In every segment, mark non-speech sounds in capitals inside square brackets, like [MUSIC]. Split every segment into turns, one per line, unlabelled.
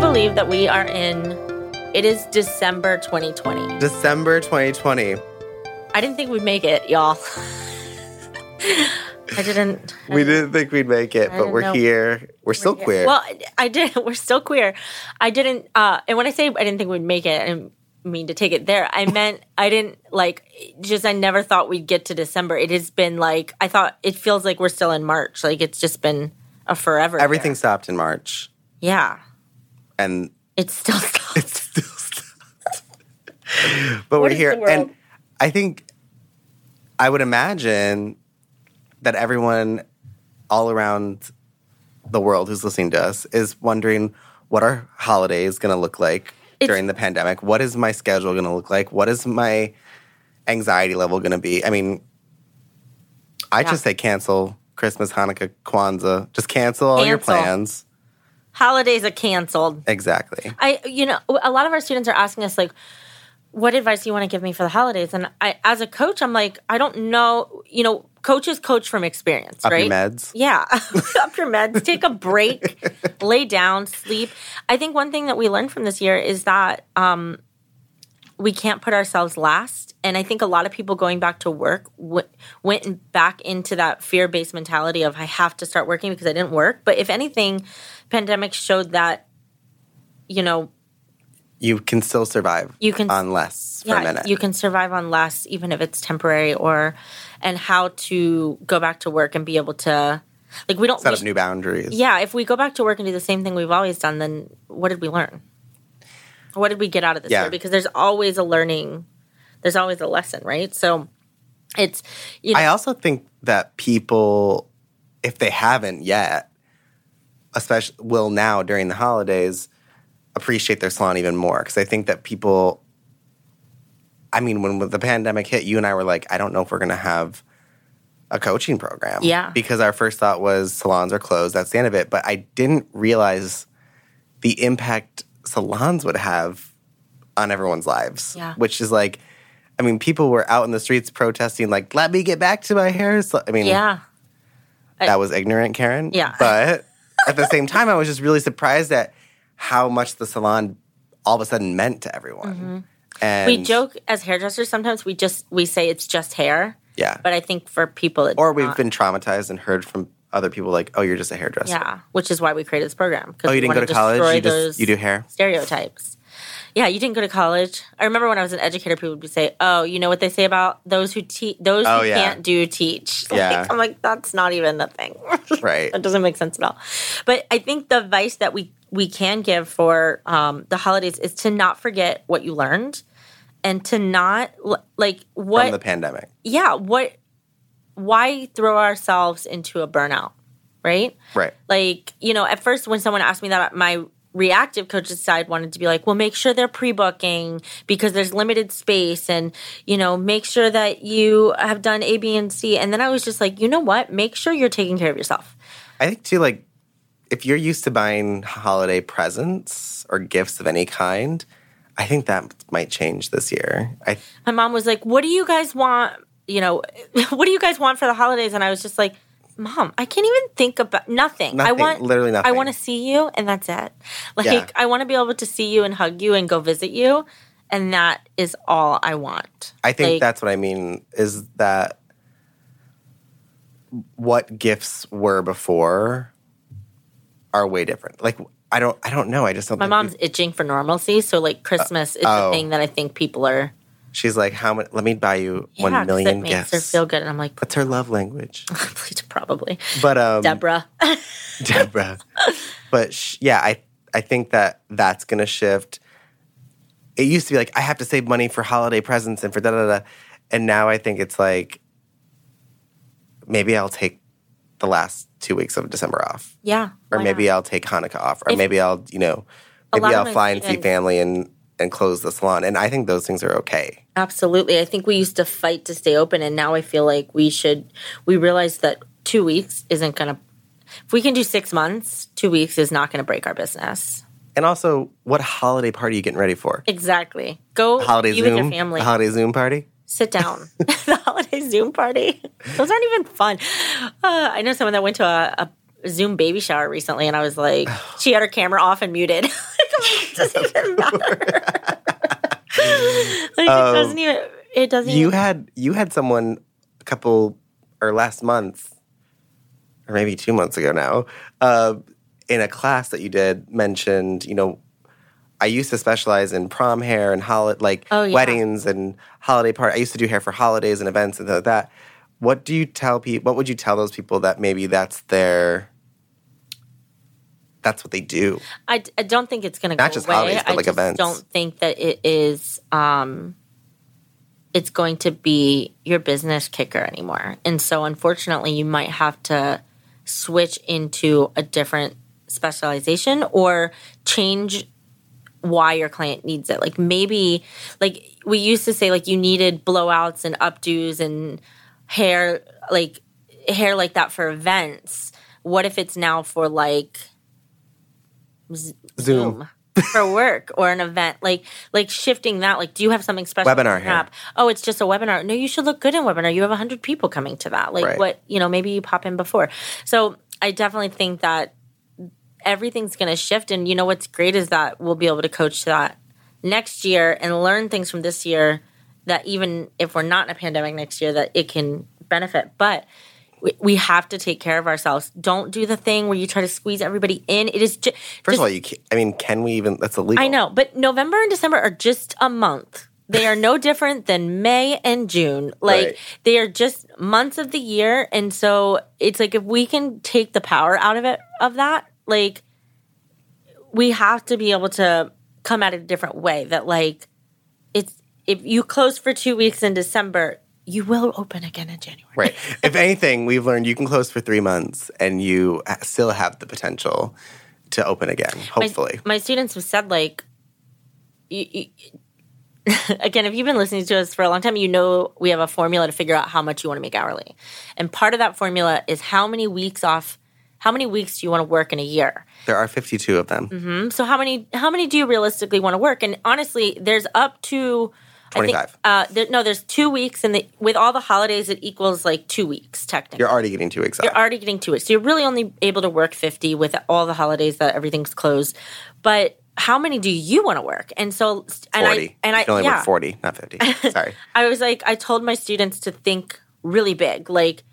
believe that we are in. It is December 2020.
December 2020.
I didn't think we'd make it, y'all. [LAUGHS] I didn't. I
We didn't think we'd make it,
I
but
don't
we're
know.
here. We're still queer.
Well, I did. [LAUGHS] We're still queer. I didn't. Uh, and when I say I didn't think we'd make it, I didn't mean to take it there. I meant I didn't like. Just I never thought we'd get to December. It has been like I thought. It feels like we're still in March. Like it's just been a forever. here.
Everything stopped in March,
Yeah.
and
It's still. [LAUGHS]
it's still stopped. but
What
we're
is
here,
the world?
and I think I would imagine that everyone all around the world who's listening to us is wondering what our holiday is going to look like
It's-
during the pandemic. What is my schedule going to look like? What is my anxiety level going to be? I mean, I
Yeah.
just say cancel Christmas, Hanukkah, Kwanzaa. Just cancel all your
Cancel.
plans.
holidays are canceled.
Exactly.
I, you know, a lot of our students are asking us like, what advice do you want to give me for the holidays? And I, as a coach, I'm like, I don't know. You know, coaches coach from experience,
Up
right?
your meds.
Yeah, [LAUGHS] up your meds. Take a
[LAUGHS]
break, lay down, sleep. I think one thing that we learned from this year is that um, we can't put ourselves last. And I think a lot of people going back to work w- went back into that fear based mentality of I have to start working because I didn't work. But if anything, pandemic showed that you know
You can still survive.
You can-
on less for a minute.
you can survive on less, even if it's temporary, or and how to go back to work and be able to, like, we don't.
set
we
up
sh-
new boundaries.
yeah, if we go back to work and do the same thing we've always done, then what did we learn? What did we get out of this
Yeah.
year? Because there's always a learning, there's always a lesson, right? So it's you know,
I also think that people, if they haven't yet, especially will now during the holidays, appreciate their salon even more because I think that people. I mean, when the pandemic hit, you and I were like, I don't know if we're going to have a coaching program.
Yeah.
Because our first thought was salons are closed. That's the end of it. But I didn't realize the impact salons would have on everyone's lives.
Yeah.
Which is like, I mean, people were out in the streets protesting, like, let me get back to my hair. sal-" I mean,
yeah,
that was ignorant, Karen.
Yeah.
But at the same time, I was just really surprised at how much the salon all of a sudden meant to everyone. And
Mm-hmm. we joke as hairdressers sometimes. We just we say it's just hair,
Yeah.
but I think for people, it's
or we've
not.
been traumatized and heard from other people like, oh, you're just a hairdresser.
yeah, which is why we created this program.
Oh, you didn't go to college? You just you do hair?
stereotypes. Yeah, you didn't go to college. I remember when I was an educator, people would say, "Oh, you know what they say about those who teach, those
Oh,
who
yeah.
can't do teach." [LAUGHS] Like,
Yeah.
I'm like, that's not even a thing. [LAUGHS]
Right.
that doesn't make sense at all. But I think the advice that we we can give for um, the holidays is to not forget what you learned, and to not l- like what
From the pandemic.
yeah what why throw ourselves into a burnout, right?
Right.
Like, you know, at first when someone asked me that, my reactive coaches side wanted to be like, well, make sure they're pre booking because there's limited space and, you know, make sure that you have done A, B, and C. And then I was just like, you know what? Make sure you're taking care of yourself.
I think too, like if you're used to buying holiday presents or gifts of any kind, I think that might change this year. I
My mom was like, what do you guys want? You know, [LAUGHS] what do you guys want for the holidays? And I was just like, Mom, I can't even think about nothing. I
Nothing.
want
Literally
I
nothing.
want to see you, and that's it. Like
Yeah.
I want to be able to see you and hug you and go visit you, and that is all I want.
I think
Like,
that's what I mean is that what gifts were before are way different. Like I don't I don't know. I just don't
My
think
mom's itching for normalcy, so like Christmas is
oh.
the thing that I think people are.
she's like, how many let me buy you
Yeah,
one
'cause
million
it makes
gifts.
her feel good, and I'm like,
That's her love language.
[LAUGHS] please, probably [LAUGHS]
But um
Deborah.
[LAUGHS] Deborah. but sh- yeah, I I think that that's gonna shift. It used to be like I have to save money for holiday presents and for da da da, and now I think it's like maybe I'll take the last two weeks of December off,
yeah,
or
why
maybe
not?
I'll take Hanukkah off, or
If-
maybe I'll you know
A
maybe
lot of
I'll
my
fly and see
students-
family and and close the salon, and I think those things are okay.
absolutely. I think we used to fight to stay open, and now I feel like we should. We realize that two weeks isn't gonna. If we can do six months, two weeks is not gonna break our business.
And also, what holiday party are you getting ready for?
Exactly. Go
Holiday
be
Zoom,
with your family.
The holiday Zoom party.
sit down. [LAUGHS] the holiday Zoom party. Those aren't even fun. Uh, I know someone that went to a, a Zoom baby shower recently, and I was like, she had her camera off and muted. [LAUGHS] Like, I does not even matter? [LAUGHS] like, it doesn't even. It doesn't.
You
even,
had you had someone a couple or last month, or maybe two months ago now, uh, in a class that you did mentioned. You know, I used to specialize in prom hair and holiday, like
Oh, yeah.
weddings and holiday part. I used to do hair for holidays and events and things like that. What do you tell people? What would you tell those people that maybe that's their that's what they do?
I, d- I don't think it's going to go
Not just
away.
holidays, but,
I
like,
just
events.
don't think that it is. Um, it's going to be your business kicker anymore, and so unfortunately, you might have to switch into a different specialization or change why your client needs it. Like maybe like we used to say like you needed blowouts and updos and hair like hair like that for events. What if it's now for like
Zoom.
Um, for work or an event like like shifting that like do you have something special
Webinar
coming up? oh it's just a webinar no you should look good in webinar you have 100 people coming to that like
Right.
what you know maybe you pop in before so i definitely think that everything's going to shift and you know what's great is that we'll be able to coach that next year and learn things from this year that even if we're not in a pandemic next year that it can benefit but we- we have to take care of ourselves. Don't do the thing where you try to squeeze everybody in. It is ju-
First
just
of all, you. ca I mean, can we even? That's illegal.
I know, but November and December are just a month. They are no [LAUGHS] different than May and June. Like
Right.
they are just months of the year, and so it's like if we can take the power out of it of that, like we have to be able to come at it a different way. That like it's if you close for two weeks in December, you will open again in January.
Right. if anything, we've learned you can close for three months and you still have the potential to open again,
My-
hopefully.
My, students have said like, you, you, [LAUGHS] again, if you've been listening to us for a long time, you know we have a formula to figure out how much you want to make hourly, and part of that formula is how many weeks off, how many weeks do you want to work in a year. Mm,
there are 52 of them.
So how many how many do you realistically want to work? And honestly, there's up to I think,
25.
uh, there, no, there's two weeks, and the, with all the holidays, it equals like two weeks technically
You're already getting two weeks off.
you're already getting to it. So you're really only able to work 50 with all the holidays that everything's closed. But how many do you want to work? And so, and
40.
I, and I,
you can only
yeah,
work 40,
[LAUGHS]
not 50. Sorry.
I was like, I told my students to think really big. Like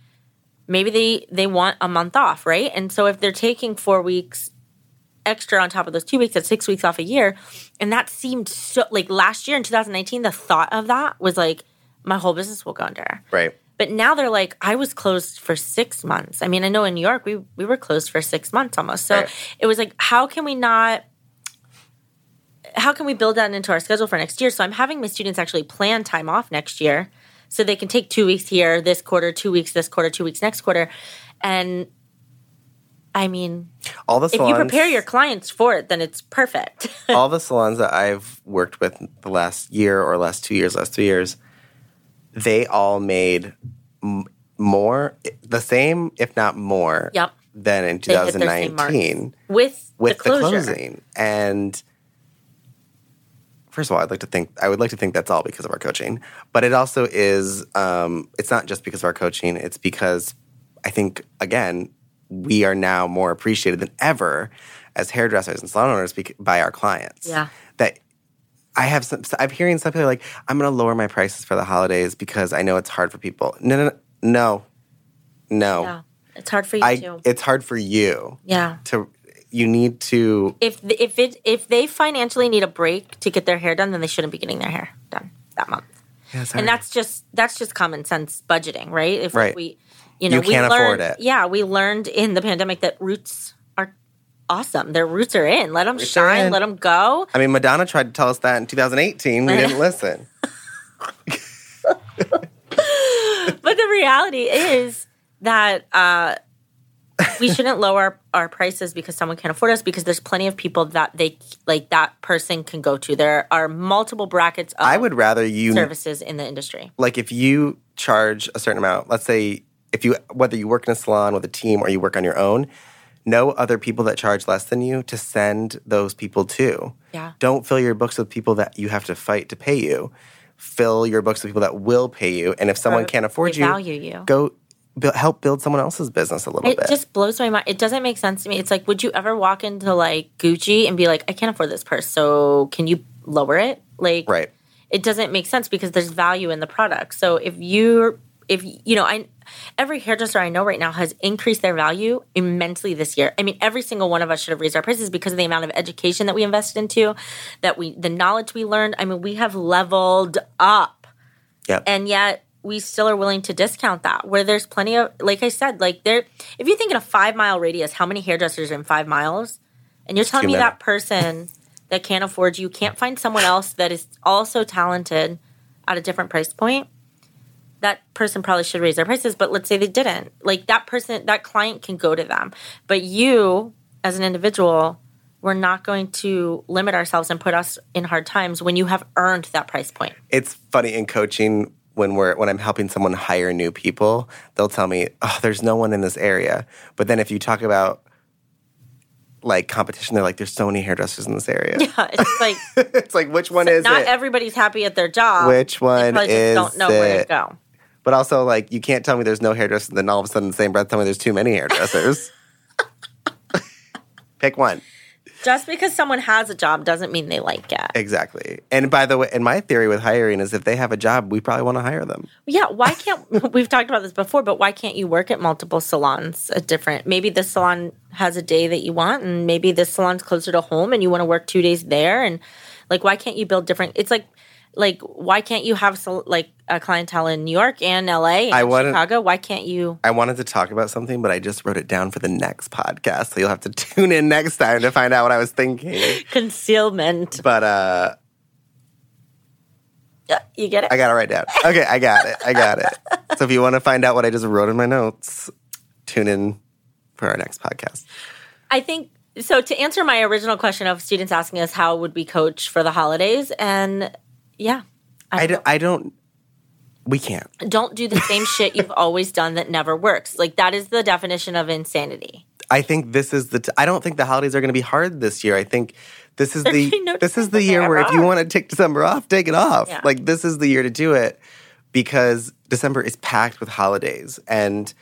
maybe they, they want a month off, right? And so if they're taking four weeks extra on top of those two weeks, that's six weeks off a year. And that seemed so like last year in 2019, the thought of that was like, my whole business will go under.
Right.
But now they're like, I was closed for six months. I mean, I know in New York we we were closed for six months almost. So
Right.
it was like, how can we not? How can we build that into our schedule for next year? So I'm having my students actually plan time off next year, so they can take two weeks here this quarter, two weeks this quarter, two weeks next quarter, and I mean,
All the
if
salons,
you prepare your [LAUGHS] clients for it, then it's perfect. [LAUGHS]
all the salons that I've worked with the last year or last two years, last three years, they all made m- more, eh, the same, if not more,
Yep.
than in
They hit their same marks.
2019.
with
with
the
the,
closure.
closing. And first of all, I'd like to think I would like to think that's all because of our coaching, but it also is. Um, it's not just because of our coaching. It's because I think again we are now more appreciated than ever as hairdressers and salon owners bec- by our clients.
Yeah.
that. I have some. so I'm hearing some people like, "I'm going to lower my prices for the holidays because I know it's hard for people." No, no, no, no.
Yeah, it's hard for you
I.
too.
It's hard for you
yeah.
to. You need to
if th- if it if they financially need a break to get their hair done, then they shouldn't be getting their hair done that month.
Yeah,
And
sorry.
that's just that's just common sense budgeting, right? If
Right.
we you know
You
we
can't afford
learned,
it.
Yeah, we learned in the pandemic that roots are awesome. Their roots are in. Let them
are
shine.
in.
Let them go.
I mean, Madonna tried to tell us that in 2018. We
[LAUGHS]
didn't listen.
But the reality is that uh, we shouldn't lower our, our prices because someone can't afford us because there's plenty of people that they like that person can go to. There are multiple brackets of
I would rather you,
services in the industry.
like, if you charge a certain amount, let's say, if you, whether you work in a salon with a team or you work on your own, know other people that charge less than you to send those people to.
Yeah.
Don't fill your books with people that you have to fight to pay you. Fill your books with people that will pay you. And if someone
Or
can't afford
they
you,
value you.
go bu- help build someone else's business a little
It
bit.
just blows my mind. It doesn't make sense to me. It's like, would you ever walk into like Gucci and be like, I can't afford this purse, so can you lower it? Like,
right.
it doesn't make sense because there's value in the product. So if you're, if you know, I every hairdresser I know right now has increased their value immensely this year. I mean, every single one of us should have raised our prices because of the amount of education that we invested into, that we the knowledge we learned. I mean, we have leveled up
Yep.
and yet we still are willing to discount that where there's plenty of like i said like there if you think in a five mile radius how many hairdressers are in five miles and you're telling
too
me
many.
that person [LAUGHS] that can't afford you can't find someone else that is also talented at a different price point that person probably should raise their prices but let's say they didn't like that person that client can go to them but you as an individual we're not going to limit ourselves and put us in hard times when you have earned that price point [LAUGHS]
it's funny in coaching when we're when I'm helping someone hire new people, they'll tell me, "Oh, there's no one in this area." But then if you talk about like competition, they're like, "There's so many hairdressers in this area."
yeah it's like
[LAUGHS] it's like which one is
not
it?
everybody's happy at their job.
Which
they
one
probably
is
just don't know where to
it?
go.
but also like you can't tell me there's no hairdressers, and then all of a sudden, in the same breath, tell me there's too many
[LAUGHS]
hairdressers. Pick one.
Just because someone has a job doesn't mean they like it.
Exactly. And by the way, and my theory with hiring is if they have a job, we probably want to hire them.
Yeah, why
[LAUGHS]
can't [LAUGHS] we've talked about this before, but why can't you work at multiple salons at different maybe this salon has a day that you want and maybe this salon's closer to home and you want to work 2 days there and like why can't you build different It's like like why can't you have sol- like a clientele in New York and LA and
I wanna-
Chicago? Why can't you [LAUGHS]
I wanted to talk about something, but I just wrote it down for the next podcast. So you'll have to [LAUGHS] tune in next time to find out what I was thinking.
concealment?
But uh,
Yeah, You get it?
I got it right down. Okay, I got it. I got it. So if you want to find out what I just wrote in my notes, tune in for our next podcast.
I think so. To answer my original question of students asking us how would we coach for the holidays, and yeah,
I don't, I don't we can't.
don't do the
[LAUGHS]
same shit you've always done that never works. Like that is the definition of insanity.
I think this is the. T- I don't think the holidays are going to be hard this year. I think this is the
being no
this is
December
the year where if you
off.
want to take December off, take it off.
Yeah.
Like this is the year to do it because December is packed with holidays, and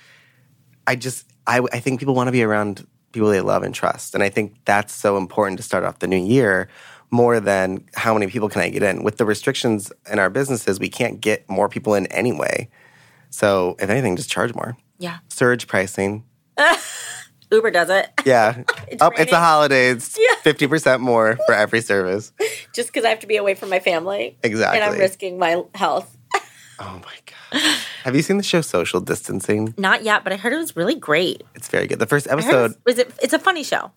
I just I I think people want to be around people they love and trust, and I think that's so important to start off the new year more than how many people can I get in. With the restrictions in our businesses, we can't get more people in anyway. So if anything, just charge more.
Yeah,
Surge pricing,
Uber does it.
yeah.
It's
Up, it's
raining.
the holidays.
[LAUGHS] Yeah.
Fifty percent more for every
[LAUGHS]
service.
[LAUGHS] Just because I have to be away from my family,
Exactly.
and I'm risking my health.
Oh my god. Have you seen the show Social Distancing?
Not yet, but I heard it was really great.
It's very good. The first
I heard it
episode.
was, was it? It's a funny show.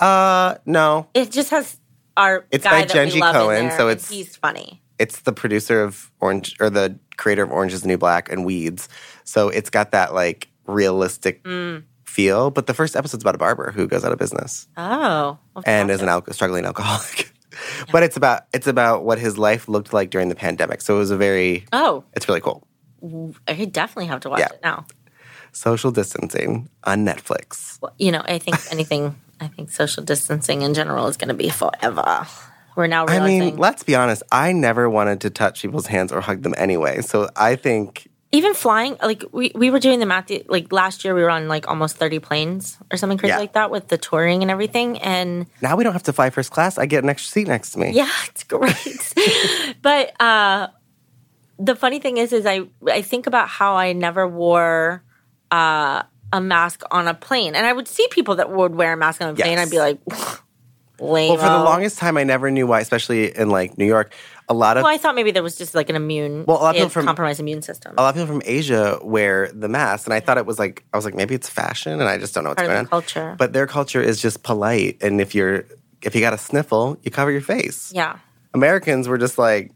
Uh, no,
It just has our
It's
guy
by
that we
Jenji
love in
Cohen,
there,
so
and
it's-
he's funny.
it's the producer of Orange or the creator of Orange Is the New Black and Weeds. So it's got that like realistic
Mm.
feel. But the first episode's about a barber who goes out of business.
Oh, I'll have to
and
watch
as
it.
an alco- struggling alcoholic. [LAUGHS] but it's about it's about what his life looked like during the pandemic. So it was a very
oh,
it's really cool.
I definitely have to watch
Yeah.
it now.
Social distancing on Netflix.
Well, you know, I think anything, I think social distancing in general is going to be forever. We're now
I
realizing,
mean, let's be honest. I never wanted to touch people's hands or hug them anyway. So I think
even flying, like we, we were doing the math, the- like last year we were on like almost 30 planes or something crazy
Yeah.
like that with the touring and everything. And [LAUGHS]
now we don't have to fly first class. I get an extra seat next to me.
yeah, it's great. [LAUGHS] but uh, the funny thing is, is I, I think about how I never wore uh, a mask on a plane. And I would see people that would wear a mask on a plane.
Yes.
I'd be like, [LAUGHS] lame.
Well, for the longest time, I never knew why, especially in like New York. A lot of
Well, I thought maybe there was just like an immune,
Well, a lot of
they
people
had
from- Oh.
compromised immune system.
a lot of people from Asia wear the mask, and I thought it was like I was like maybe it's fashion, and I just don't know what's
Part of
going
the
on.
culture.
But their culture is just polite, and if you're if you got a sniffle, you cover your face.
yeah,
Americans were just like,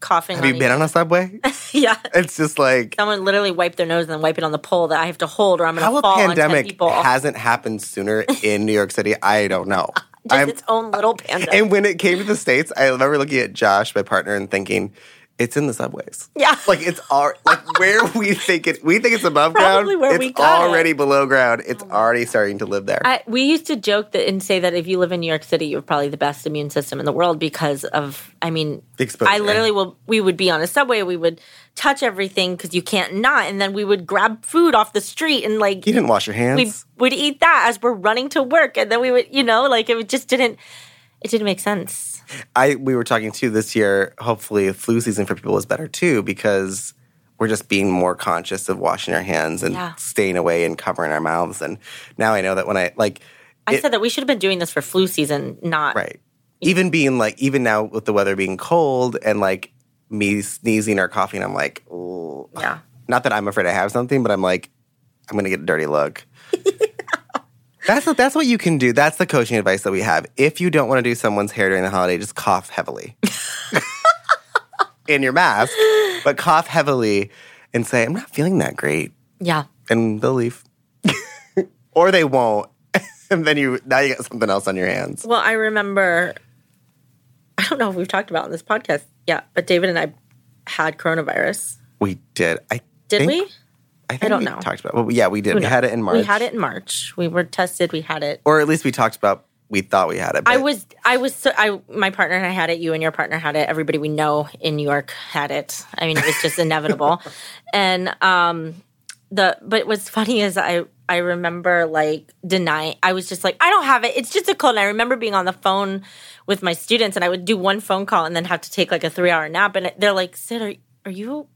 coughing.
have you
on
been on
[LAUGHS]
a subway?
each- yeah,
it's just like
someone literally wiped their nose and then wipe it on the pole that I have to hold, or I'm going
How
to
a
fall on ten
pandemic
people.
hasn't happened sooner in New York City, I don't know.
[LAUGHS] just
I'm- [LAUGHS]
its own little pandemic.
and when it came to the States, I remember looking at Josh, my partner, and thinking, It's in the subways.
Yeah.
[LAUGHS] Like it's all like where we think it we think it's above
Probably
ground.
where
it's
we got it. Oh
already below ground. It's already starting to live there.
I, we used to joke that and say that if you live in New York City, you have probably the best immune system in the world because of, I mean,
The exposure.
I literally will. We would be on a subway. We would touch everything because you can't not, and then we would grab food off the street and like
you didn't wash your hands.
we would eat that as we're running to work, and then we would, you know, like it just didn't. It didn't make sense.
I we were talking too this year. Hopefully, flu season for people is better too because we're just being more conscious of washing our hands and
Yeah.
staying away and covering our mouths. And now I know that when I like,
I
It-
said that we should have been doing this for flu season, not
right, even being like, even now with the weather being cold and like me sneezing or coughing, I'm like, Ooh.
Yeah.
Not that I'm afraid I have something, but I'm like, I'm gonna get a dirty look. [LAUGHS] That's what, that's what you can do. That's the coaching advice that we have. If you don't want to do someone's hair during the holiday, just cough heavily
[LAUGHS]
in your mask, but cough heavily and say, "I'm not feeling that great,"
Yeah,
and they'll leave, [LAUGHS] or they won't, [LAUGHS] and then you now you got something else on your hands.
Well, I remember, I don't know if we've talked about it on this podcast yet, but David and I had coronavirus.
We did. I
Did
think-
we?
I, think
don't
we
know.
Talked about. Well, yeah, we did. we
knows?
had it in March.
We had it in March. We were tested. We had it.
or at least we talked about. We thought we had it. But
I was, I was, so, I, my partner and I had it. You and your partner had it. Everybody we know in New York had it. I mean, it was just inevitable. And, um, the, but what's funny is I, I remember like denying, I was just like, I don't have it. It's just a cold. And I remember being on the phone with my students and I would do one phone call and then have to take like a three hour nap. And they're like, Sid, are, are you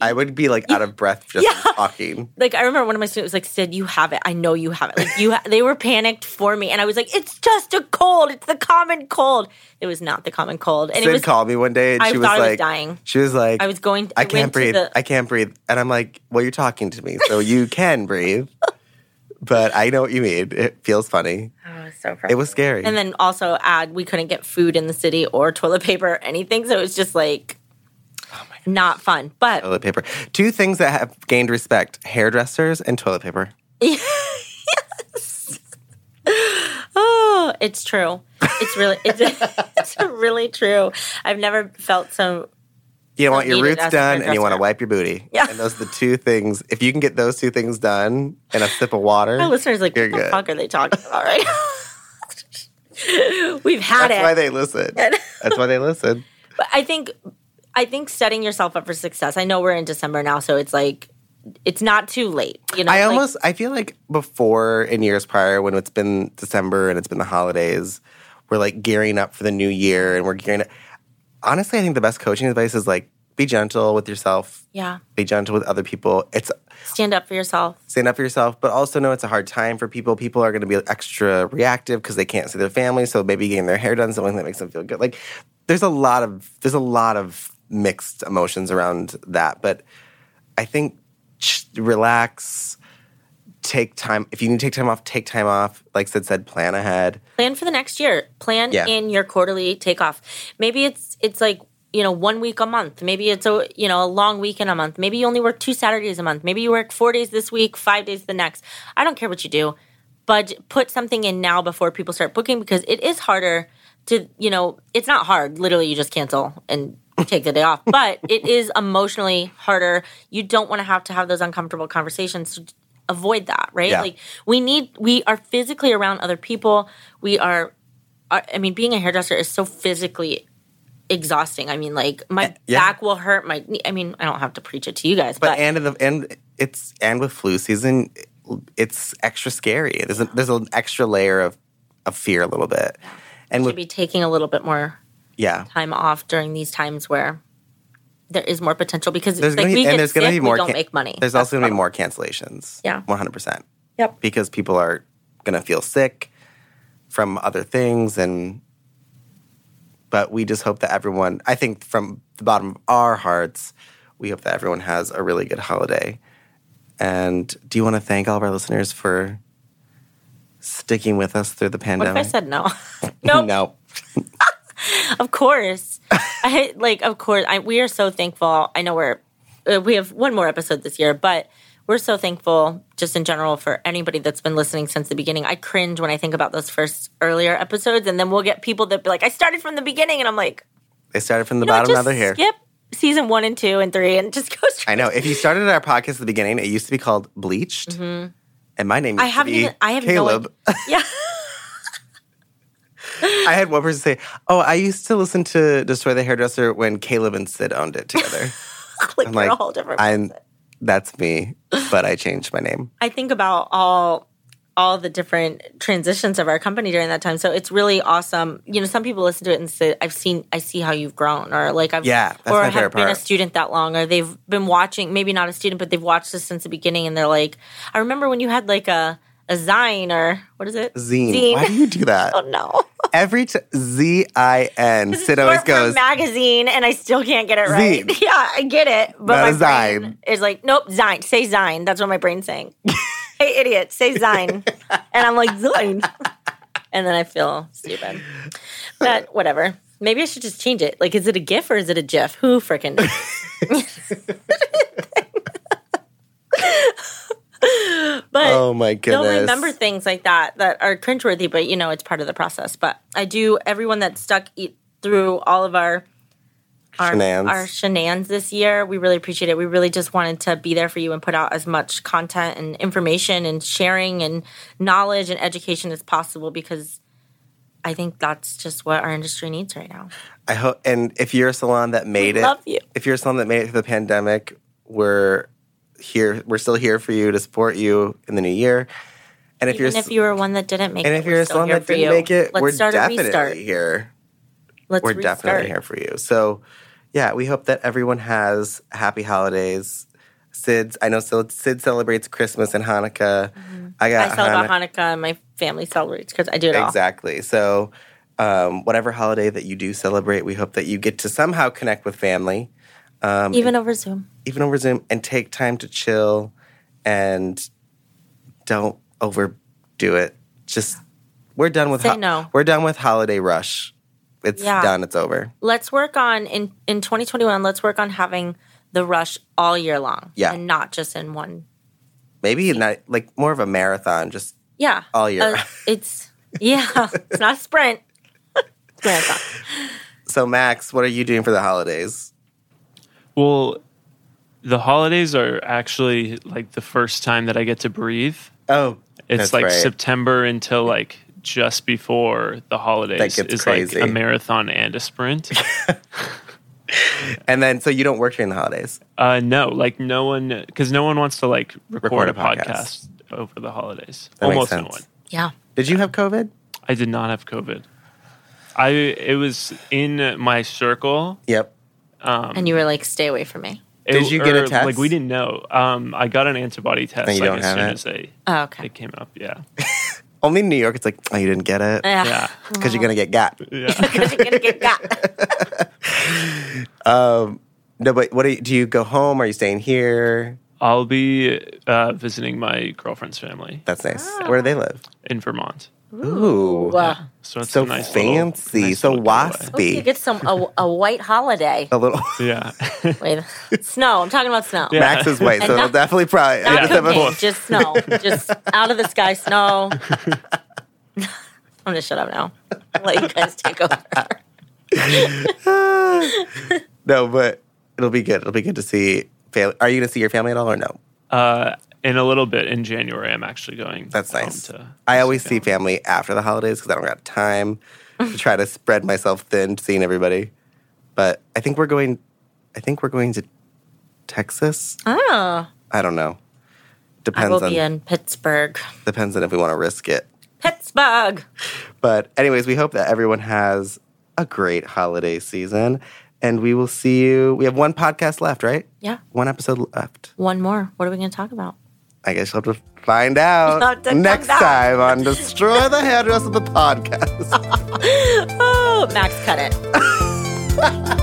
I would be like out of breath
[LAUGHS]
just
Yeah.
talking.
like I remember one of my students was like, "Sid, you have it. I know you have it. Like you, ha-. they were panicked for me, and I was like, it's just a cold. It's the common cold. It was not the common cold, and
Sid
it was.
called me one day and
I
she was
thought I was
like,
dying.
She was like,
I was going.
I
went
can't
to
breathe.
the-
I can't breathe. And I'm like, well, you're talking to me, so you can breathe. But I know what you mean. It feels funny.
Oh, it's so
It was scary.
And then also add, we couldn't get food in the city or toilet paper or anything, so it was just like,
Oh
not fun. But [LAUGHS]
toilet paper. Two things that have gained respect: hairdressers and toilet paper.
oh, it's true. It's really, it's, [LAUGHS] it's really true. I've never felt so.
You want your
Needed
roots
as a
done, and you want to
hairdresser.
wipe your booty.
Yeah.
And those are the two things. If you can get those two things done and a sip of water,
My listeners are like,
You're
what the
good.
fuck are they talking about right now? [LAUGHS] We've had
that's
it.
why they
[LAUGHS]
listen. That's why they listen.
But I think I think setting yourself up for success. I know we're in December now, so it's like it's not too late. You know,
I
Like,
almost I feel like before in years prior when it's been December and it's been the holidays, we're like gearing up for the new year and we're gearing up. Honestly, I think the best coaching advice is like be gentle with yourself,
yeah,
be gentle with other people. It's
stand up for yourself.
stand up for yourself, but also know it's a hard time for people. People are going to be extra reactive because they can't see their family, so maybe getting their hair done is something that makes them feel good. Like there's a lot of there's a lot of mixed emotions around that, but I think ch- relax, take time. If you need to take time off, take time off. Like Sid said, plan ahead.
Plan for the next year. Plan
Yeah.
in your quarterly takeoff. Maybe it's it's like you know one week a month. Maybe it's a you know a long weekend a month. Maybe you only work two Saturdays a month. Maybe you work four days this week, five days the next. I don't care what you do, but put something in now before people start booking because it is harder to you know it's not hard. Literally, you just cancel and take the day off, but it is emotionally harder. You don't want to have to have those uncomfortable conversations. So avoid that, right?
Yeah.
Like we need we are physically around other people. We are I I mean, being a hairdresser is so physically exhausting. I mean, like my
yeah.
back will hurt. My knee. I mean, I don't have to preach it to you guys,
But
but,
and in the and it's and with flu season, it's extra scary. There's a, there's an extra layer of of fear a little bit, and
should
with
be taking a little bit more
yeah.
time off during these times where there is more potential because
There's
it's like
gonna
we
be,
get
and there's going to
sick,
be more.
we don't
can-
make money.
There's also going to be more cancellations.
Yeah.
100 percent
yep.
because people are going to feel sick from other things and but we just hope that everyone i think from the bottom of our hearts we hope that everyone has a really good holiday and do you want to thank all of our listeners for sticking with us through the
What if I
pandemic
said
[LAUGHS]
no? [LAUGHS] nope.
no
Of course. I like of course I, we are so thankful. I know we're uh, we have one more episode this year, but we're so thankful just in general for anybody that's been listening since the beginning. I cringe when I think about those first earlier episodes and then we'll get people that be like I started from the beginning and I'm like
they started from the
"No,
bottom now
just
they're here
skip season one and two and three and just go straight.
I know. If you started our podcast at the beginning, it used to be called Bleached, and my name
Mm-hmm.
used
I
to
haven't
be
even- I have no
Caleb.
Yeah.
[LAUGHS] I had one person say, "Oh, I used to listen to Destroy the Hairdresser when Caleb and Sid owned
[LAUGHS]
it together."
like
I'm
you're a
like,
whole different
I'm
person.
that's me, but I changed my name.
I think about all all the different transitions of our company during that time. So it's really awesome. You know, some people listen to it and say, "I've seen, I see how you've grown," or like, "I've
Yeah, that's
or
my
have
favorite
been a
part.
student that long," or they've been watching, maybe not a student, but they've watched this since the beginning, and they're like, "I remember when you had like a a zine or what is it?
Zine.
Zine.
Why do you do that?
oh [LAUGHS] no,
Every t- Z I N. Sid always
Short for
goes.
magazine, and I still can't get it right.
Zine.
[LAUGHS] Yeah, I get it, but
Not
my
a zine.
brain is like, nope, zine. Say zine. That's what my brain's
[LAUGHS]
saying. hey, idiot, say zine, and I'm like
[LAUGHS]
zine, and then I feel stupid. But whatever. Maybe I should just change it. Like, is it a GIF or is it a GIF? Who
[LAUGHS]
frickin' [LAUGHS] knows? but
Oh my goodness.
They'll remember things like that that are cringeworthy, but you know it's part of the process. But I do everyone that stuck e- through all of our our
Shenanigans.
our shenanigans this year. We really appreciate it. We really just wanted to be there for you and put out as much content and information and sharing and knowledge and education as possible because I think that's just what our industry needs right now.
I hope. And if you're a salon that made it,
love you.
if you're a salon that made it through the pandemic, we're here. We're still here for you to support you in the new year. And if
Even
you're
if you were one that didn't make
and
it,
if
we're
you're a
still
salon
here
that
for
didn't
you.
make it,
let's
we're
start a
definitely
restart.
here.
Let's
we're
restart.
definitely here for you. So, yeah, we hope that everyone has happy holidays. Sid's, I know Sid, Sid celebrates Christmas and Hanukkah. I got
Mm-hmm. I celebrate
Hanukkah.
Hanukkah and my family celebrates because I do it all.
Exactly. So, um, whatever holiday that you do celebrate, we hope that you get to somehow connect with family,
even over Zoom.
even over Zoom, and take time to chill and don't overdo it. Just, we're done with
Say no.
We're done with holiday rush. It's
Yeah.
done. It's over.
Let's work on in in 2021. Let's work on having the rush all year long.
Yeah.
and not just in one.
Maybe not like more of a marathon. Just
Yeah, Uh,
All year.
it's yeah, [LAUGHS] it's not a
[LAUGHS]
sprint. It's a marathon.
so, Max, what are you doing for the holidays?
Well, the holidays are actually like the first time that I get to breathe.
Oh,
It's
that's
like
right.
September until like just before the holidays
That gets
is
crazy.
like a marathon and a sprint. [LAUGHS]
and then so you don't work during the holidays.
uh, no, like no one, because no one wants to like
Record
record, a,
a podcast.
podcast. over the holidays.
That makes
Almost no
sense.
one.
Yeah,
Did you have COVID?
I did not have COVID. I it was in my circle. um,
Yep.
and you were like, stay away from me.
It-
Did you get a
or,
test?
Like we didn't know. Um, I got an antibody test
And you
like
don't
as
have
soon
it?
as they
Oh,
they
okay.
came up.
[LAUGHS]
Yeah,
Only in New York, it's like, oh, you didn't get it.
Yeah.
yeah,
Because you're going to get got.
yeah.
[LAUGHS] You're gonna get got.
[LAUGHS] Um, No, but what do you, do you go home? Are you staying here?
I'll be uh, visiting my girlfriend's family
That's nice. Where
Ah.
do they live?
in Vermont.
Ooh.
Wow.
So it's
So
a nice little-
fancy.
nice
so
little getaway.
Hope you
waspy.
get some a, a white holiday.
A little.
Yeah. [LAUGHS]
Wait, [LAUGHS] snow. I'm talking about snow.
[LAUGHS]
Yeah.
Max is white, so
And
it'll
not-
definitely probably.
Not
I just have a-
cooking,
[LAUGHS]
just snow, just out of the sky snow. [LAUGHS] I'm gonna shut up now. Let you guys take over. [LAUGHS]
no, but it'll be good. It'll be good to see. Family. Are you going to see your family at all or no?
uh, in a little bit in January, I'm actually going.
That's
home
nice.
to-
I always see family after the holidays because I don't got time to try to spread myself thin, seeing everybody. But I think we're going. I think we're going to Texas.
Oh,
I don't know.
I
Depends
will be
on
in Pittsburgh.
depends on if we want to risk it.
Pittsburgh.
But anyways, we hope that everyone has a great holiday season, and we will see you. We have one podcast left, right?
Yeah,
One episode left.
one more. What are we going to talk about? [GASPS]
I guess you'll have to find out
You'll have to find
next
out.
time on Destroy
[LAUGHS]
the Hairdresser the podcast.
Oh, Max, cut it.